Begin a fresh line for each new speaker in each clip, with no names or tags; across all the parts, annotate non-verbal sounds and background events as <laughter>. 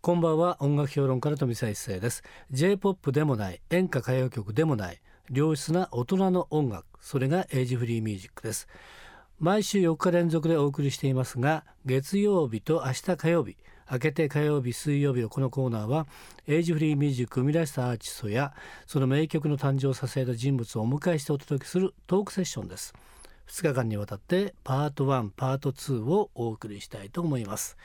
こんばんは音楽評論家の富澤一世です J-POP でもない演歌歌謡曲でもない良質な大人の音楽それがエイジフリーミュージックです毎週4日連続でお送りしていますが月曜日と明日火曜日明けて火曜日水曜日のこのコーナーはエイジフリーミュージックを生み出したアーティストやその名曲の誕生を支えた人物をお迎えしてお届けするトークセッションです2日間にわたってパート1パート2をお送りしたいと思います、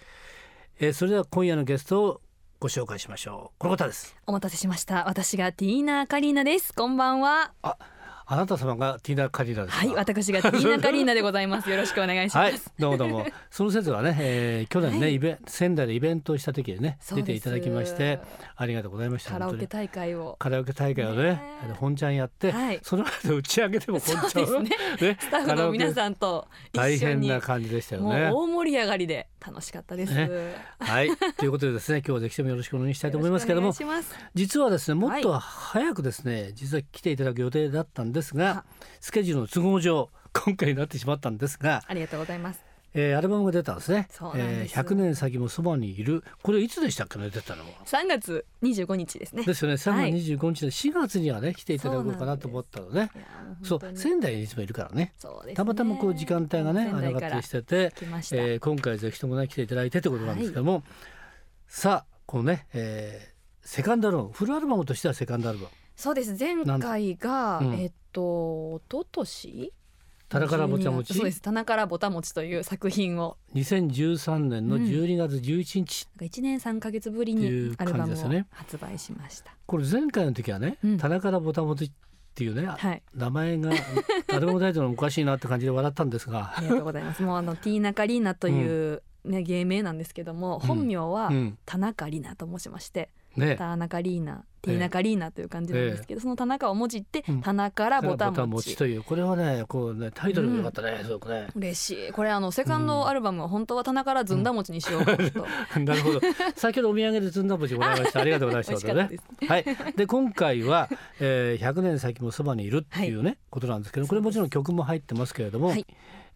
えーそれでは今夜のゲストをご紹介しましょうこの方です
お待たせしました私がティーナ・アカリーナですこんばんは
ああなた様がティナ・カリラですか
はい私がティーナ・アカリーナでございますよろしくお願いしま
は
す、
い、どうもどうも。その説はね、えー去年ね、
はい
イベ仙台でイベントをした時にね
そう
出
です
ていただきましてありがとうございました。
カラオ
本
ケ
当に
大会を
カラオケ大会をね
ねえ
あの本ちゃんやって、
はい
その後打ち上げでも本ち
そ
ゃ
うです
ん、
ね
<laughs> ね
スタッフの皆さんと
カラオケ大
一緒
変
に
な感じでしたよ
もう
ね。
大盛り上がりで楽しかったです、
ねはい、ということでですね今日はぜひともよろしくお願いしたいと思いますけど
よろ
も
しくお願いします
実はですねもっと早くですね、実は来ていただく予定だったんですが
あ
スケジュールの都合上今回になってしまったんですが、
ありがとうございます
えーアルバムが出たんですね
そうなんです
えー100年先もそばにいるこれいつでしたっけね出たのは
3月25日ですね
ですよね
は
3
い
月25日で4月にはね来ていただこうかなと思ったのね
いやも
そう
本当に
仙台にいつもいるからね
そうですね
たまたまこう時間帯がね
仙
上
台
が
か
った
ら
りしてて、
来ました、
えー今回ぜひともね来ていただいてということなんですけども、さあこのね、えーセカンドアルバムフルアルバムとしてはセカンドアルバム
そうです前回が、
なんだうん
えっと一昨年
「たらからぼちゃもち
そうです「棚からぼたもち」という作品を」
2013年の
うん
12月11日、
なんか1年3か月ぶり
ってい
に
う
アルバ
感じで
ム
すよ
を
ね
発売しました、
これ前回の時はね「
うん
たらからぼたもち」っていうね、
はい
<laughs> 名前がアルバムタイトルもおかしいなって感じで笑ったんですが
あ、りがとうございますもうあのティーナカリーナという、ね芸名なんですけども本名は
うん、
田中里奈と申しまして、
ね
田中里奈ティーナカリーナという感じなんですけど、その田中をもじって、
うん
田中からぼたもち
というこれはねこうねタイトルが良かったね、すごくね
嬉しいこれあのセカンドアルバムは本当は田中からずんだ餅にしよう
<laughs>
かなと、
<laughs> なるほど先ほどお土産でずんだ餅もらいましたありがとうございま
美味
し
したかったです、
はいで今回は、えー100年先もそばにいるっていうね、ことなんですけどこれもちろん曲も入ってますけれども、
はい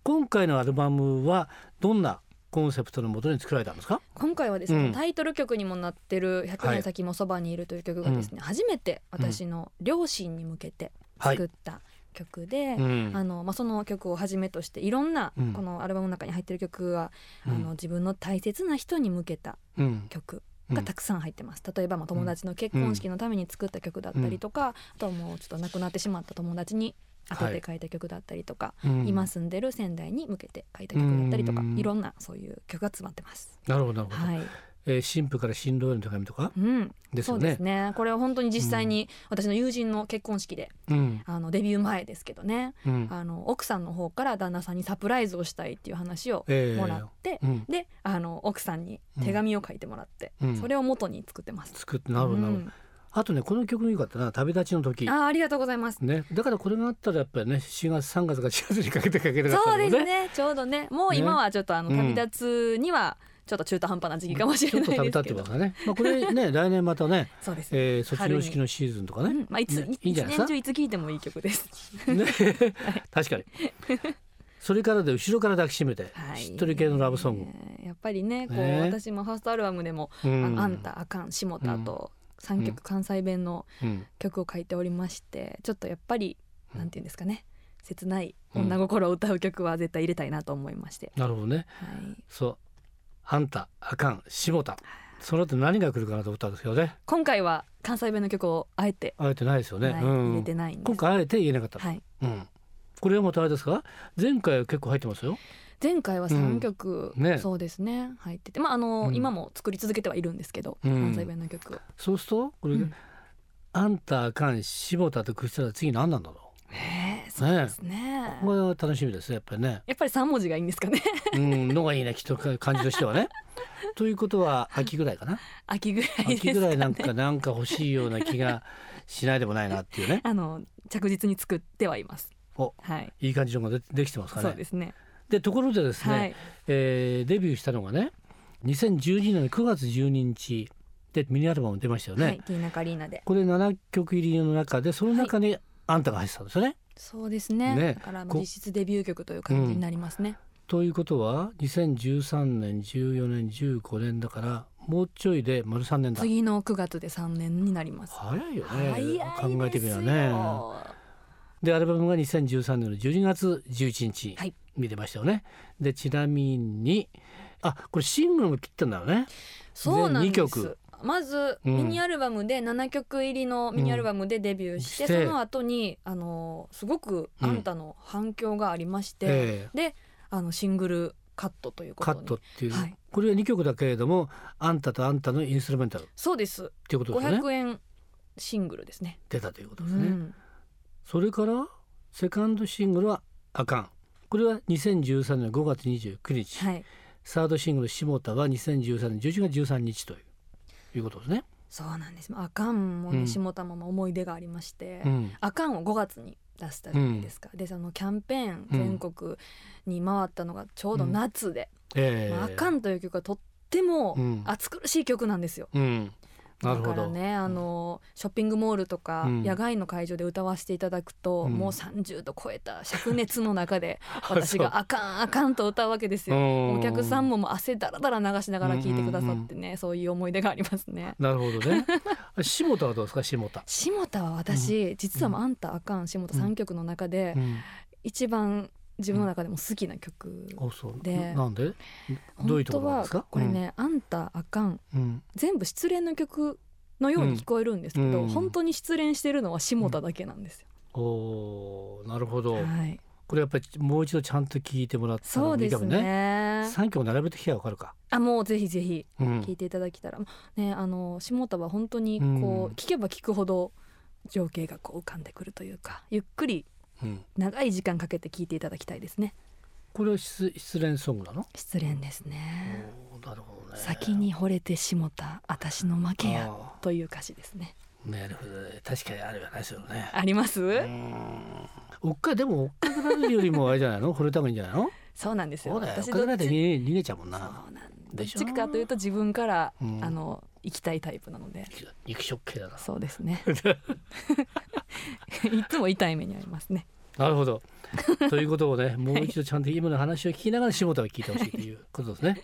今回のアルバムはどんなコンセプトのもとに作られたんですか
今回はですね、
うん
タイトル曲にもなってる「100年先もそばにいる」という曲がですね、初めて私の両親に向けて
はい
作った曲で、
うん
あのまあ、その曲をはじめとしていろんな
うん
このアルバムの中に入ってる曲は、
うん
あの自分の大切な人に向けた
うん
曲
うん
がたくさん入ってます、例えばまあ友達の結婚式のために作った曲だったりとか、あとはもうちょっと亡くなってしまった友達に当てて書いた曲だったりとか、
うん
今住んでる仙台に向けて書いた曲だったりとか、
うん
いろんなそういう曲が詰まってます。
なるほどなるほど、
はい、
えー新婦から新郎への手紙とか
うん
です
そ
よ
う
ね
ですねこれは本当に実際に私の友人の結婚式で、
うん
あのデビュー前ですけどね
うん
あの奥さんの方から旦那さんにサプライズをしたいっていう話を
えー
もらって、
うん
であの奥さんに手紙を書いてもらって、
うん
それを元に作ってます。
作ってなるほどなるほど、
うん
あとねこの曲も良かったな旅立ちの時
あーありがとうございます。
ねだからこれがあったらやっぱりね4月3月か4月にかけてかけてかった
そう
の
ですねちょうどねもう
ね
今はちょっとあの、
うん
旅立つにはちょっと中途半端な時期かもし
ち
れ
ょっ
な
と
い
旅立
です
って
け
ま
ど
す。からねまあこれ
<laughs>
ね来年またね、
そうですね。
えー、卒業式のシーズンとか
う
ね
んまあいつ、
ねいいんじ
一
ゃないですか
年中いつ聴いてもいい曲です。
ね確かにそれからで後ろから抱きしめて、
はい
しっとり系のラブソング、
えーやっぱりねこう
ね
私もファーストアルバムでも
う
<laughs> 「あ
ん
のあん、たあかん下田」と3
うん
曲関西弁の
うん
曲を書いておりましてちょっとやっぱり
うん
なんて言うんですかね切ない女心を歌う曲は絶対入れたいなと思いまして、
なるほどね
はい、
そうあんたあかん下田その後何が来るかなと思ったんですけどね
今回は関西弁の曲をあえて、
あえてないですよね、
はい
うん
入れてないんで
今
す、
回あえて言えなかった、
はい、
うんこれはまたあれですか前回は結構入ってますよ
前回は3曲、
うんね
そうですね入っててまああの、
うん
今も作り続けてはいるんですけど、
うん
関西弁の曲を
そうするとこれ、
うん
あんたあかん下田とくっしたら次何なんだろ
へえそうですね
うこれは楽しみですねやっぱりね
やっぱり3文字がいいんですかね
うん <laughs> のがいいねきっと感じとしては
<laughs>
ねということは秋ぐらいかな
秋ぐらいですか、ね、
秋ぐらいなんかなんか欲しいような気がしないでもないなって
<laughs>
いうね
あの着実に作ってはいます
お
はい
いい感じのがでできてますか
そう
ね
ですね
でところでですね、
はい
えーデビューしたのがね2012年の9月12日でミニアルバム出ましたよね、
はいティーナカリーナで
これ7曲入りの中でその中にあんたが入ってたんですよね、
そうですね
ね
だからまあ
こ
実質デビュー曲という感じになりますね、
ということは2013年14年15年だからもうちょいで丸3年だ
次の9月で3年になります
早いよね
早いですよ
考えてみればねでアルバムが2013年の12月11日、
はい
見てましたよねでちなみにあこれシングルも切ってんだよね
そうなん
全二
です
曲
まず
うん
ミニアルバムで7曲入りのミニアルバムでデビューして、
して
その後にあのすごくあんたの反響がありまして、
ええ
あのシングルカットというこ
カ
と
ッ
に
トっていう、
はい
これは2曲だけれども「あんたとあんたのインストゥルメンタル」っ
そうです
ていうことですよね
500円シングルですね
出たということですね、
うん
それからセカンドシングルは「あかん」これは2013年5月29日、
はい
サードシングル「下田」は2013年11月13日といういうことですね。
そうなんですあかんも
う
ね
ん
下玉も思い出がありまして、
うん
あかんを5月に出したじゃないですか、でそのキャンペーン全国に回ったのがちょうど夏で「
ええ
まああかん」という曲がとっても
うん
暑苦しい曲なんですよ。
うん、なる
だ
ほ
から
ど、
ねあのショッピングモールとか
うん
野外の会場で歌わせていただくと、
うん
もう30度超えた灼熱の
<laughs>
中で
そう
私が「あかんあかん」と歌うわけですよ。お
お
客さんももう汗だらだら流しながら聴いてくださってね、そういう思い出があります <laughs> ね。
なるほどねあ下田はどうですか下
<laughs>
田、
下田は私、実はもう「
う
あんたあかん」下田3曲の中で
うん、
一番自分の中でも好きな曲、
おそう
で
なんでどういうところなんですか
本当はこれ、ね「あんたあかん
うんうん」
全部失恋の曲のように聞こえるんですけど、
うん
本当に失恋してるのは下田だけなんですよ。
おーなるほど、
はい、
これやっぱりもう一度ちゃんと聞いてもらった
そ
ら
う
いい
で
か
す
もね
ね。
三曲並べて聞きゃわかるか、
あもうぜひぜひ
うん
聞いていただけたら、ねあの下田は本当にこう、
うん
聞けば聞くほど情景がこう浮かんでくるというかゆっくり
うん
長い時間かけて聞いていただきたいですね。
これは失失恋ソングなの、
失恋ですね。
おーなるほどね
先に惚れてしもた私の負けや
あ
という歌詞ですね
ーなるほどね確かにあれはないですよね
あります、
うんおっかでもおっかくなるよりもあれじゃないの惚れた方がいいんじゃないの
そうなんですよ
そうだよおっ
<laughs> 私
かく
ど
な
っ
いと
ち
逃げ逃げちゃうもん
そう
な
なんですどっ
でしょ
ちかというと自分から、
うん
あの行きたいタイプなので
肉食系だな
そうで
<laughs>
すね <laughs> いつも痛い目にありますね
なるほ
<laughs>
ど。ということをね、もう一度ちゃんと今の話を聞きながら下田を聞いてほしいということですね。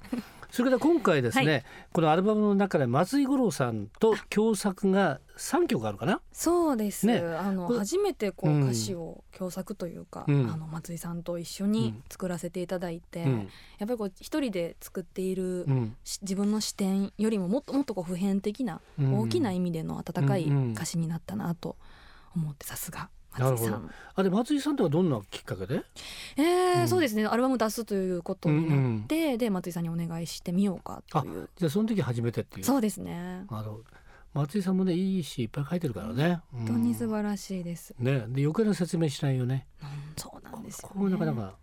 それから今回ですね、
は
このアルバムの中で松井五郎さんと共作が3曲あるかな。
そうです、
ね
あの
これ
初めてこ
う
うん歌詞を共作というか、
うん
あの松井さんと一緒に作らせていただいて、
うん、
やっぱりこう一人で作っている
うん、
し自分の視点よりももっともっとこう普遍的な
うん
大きな意味での温かい
うんうん
歌詞になったなと思ってさすが松井さ
なる
ん。
あれ松井さんとはどんなきっかけで？
えー
うん
そうですねアルバム出すということになって、で松井さんにお願いしてみようかという
じゃあその時初めてっていう。
そうですね
あの松井さんもねいい詩いっぱい書いてるからね。
本当に
う
素
ん
晴らしいです、
ね、で余計な説明しないよね。
うんそうなんですよ、ね、
ここもなかなか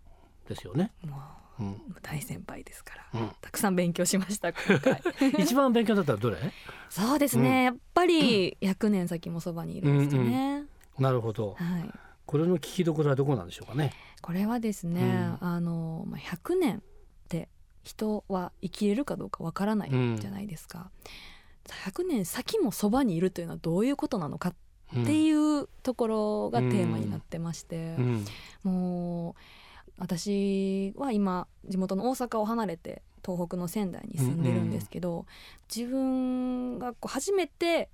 ですよね。
も
うん。
う大先輩ですから、 <laughs>
うん
たくさん勉強しま
<laughs>
した今回
一番勉強だったらどれ？ <laughs>
そうですね、
うん
やっぱり100年先もそばにいるんですかね、
なるほど。
はい
これの聞きどころはどこなんでしょうかね。
これはですね、
う
あのまあ100年って人は生きれるかどうかわからないじゃないですか、100年先もそばにいるというのはどういうことなのか
うん
っていうところがテーマになってまして、
うん
もう私は今地元の大阪を離れて東北の仙台に住んでるんですけど、自分がこう初めて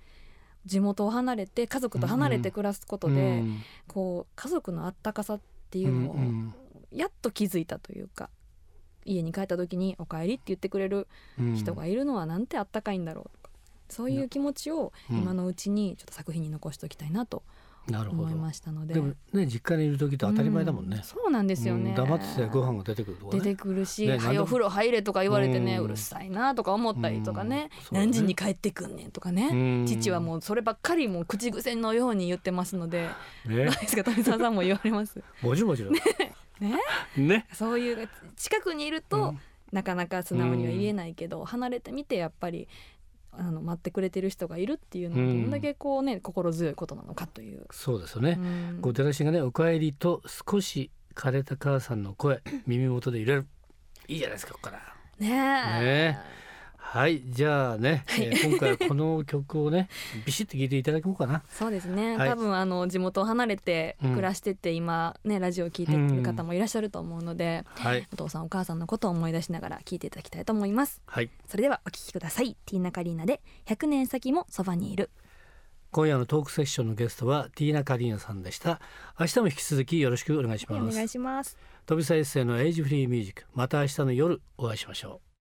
地元を離れて家族と離れて暮らすことで、
うん
こう家族のあったかさっていうのを
うん
やっと気づいたというか家に帰った時に「おかえり」って言ってくれる
うん
人がいるのはなんてあったかいんだろうとかそういう気持ちを
うん
今のうちにちょっと作品に残しておきたいなと
なるほ
思い
ど
ましたので。
でもね実家にいる時って当たり前だもん
う
ね、
そうなんですよ
う
ね。
ん黙っててご飯が出てくるとか
出
ね
てくるし「
ね
はよ
何でも
お風呂入れ」とか言われてね
うん
うるさいなとか思ったりとかね
うんそうだね
何時に帰ってくんねんとかね父はもうそればっかりもう口癖のように言ってますので
うん
どう
ね
ですか富澤さんも言われ
<laughs>
ます
もじもじだ
<laughs> ね
ね
そういう近くにいる
う
と
ん
なかなか素直には言えないけど、離れてみてやっぱりあの待ってくれてる人がいるっていうのは
う
ど
ん
んだけこうね、心強いことなのかという。
そうですよね
う、ん
こう出だしがねおかえりと少し枯れた
<laughs>
母さんの声耳元で揺れるいいじゃないですかここから
ねえ
ねはいじゃあね、えー今回はこ
<laughs>
の曲をねビシッと聴いていただこうかな
そうですね、
はい
多分あの地元を離れて
うん
暮らしてて、今ねラジオを聞いてる方もいらっしゃると思うので、
はい
お父さんお母さんのことを思い出しながら聞いていただきたいと思います
はい
それではお聞きくださいティーナカリーナで100年先もそばにいる
今夜のトークセッションのゲストはティーナ・カリーナさんでした明日も引き続きよろしくお願いし
お
ます
願いします
飛びさエッセイのエイジフリーミュージックまた明日の夜お会いしましょう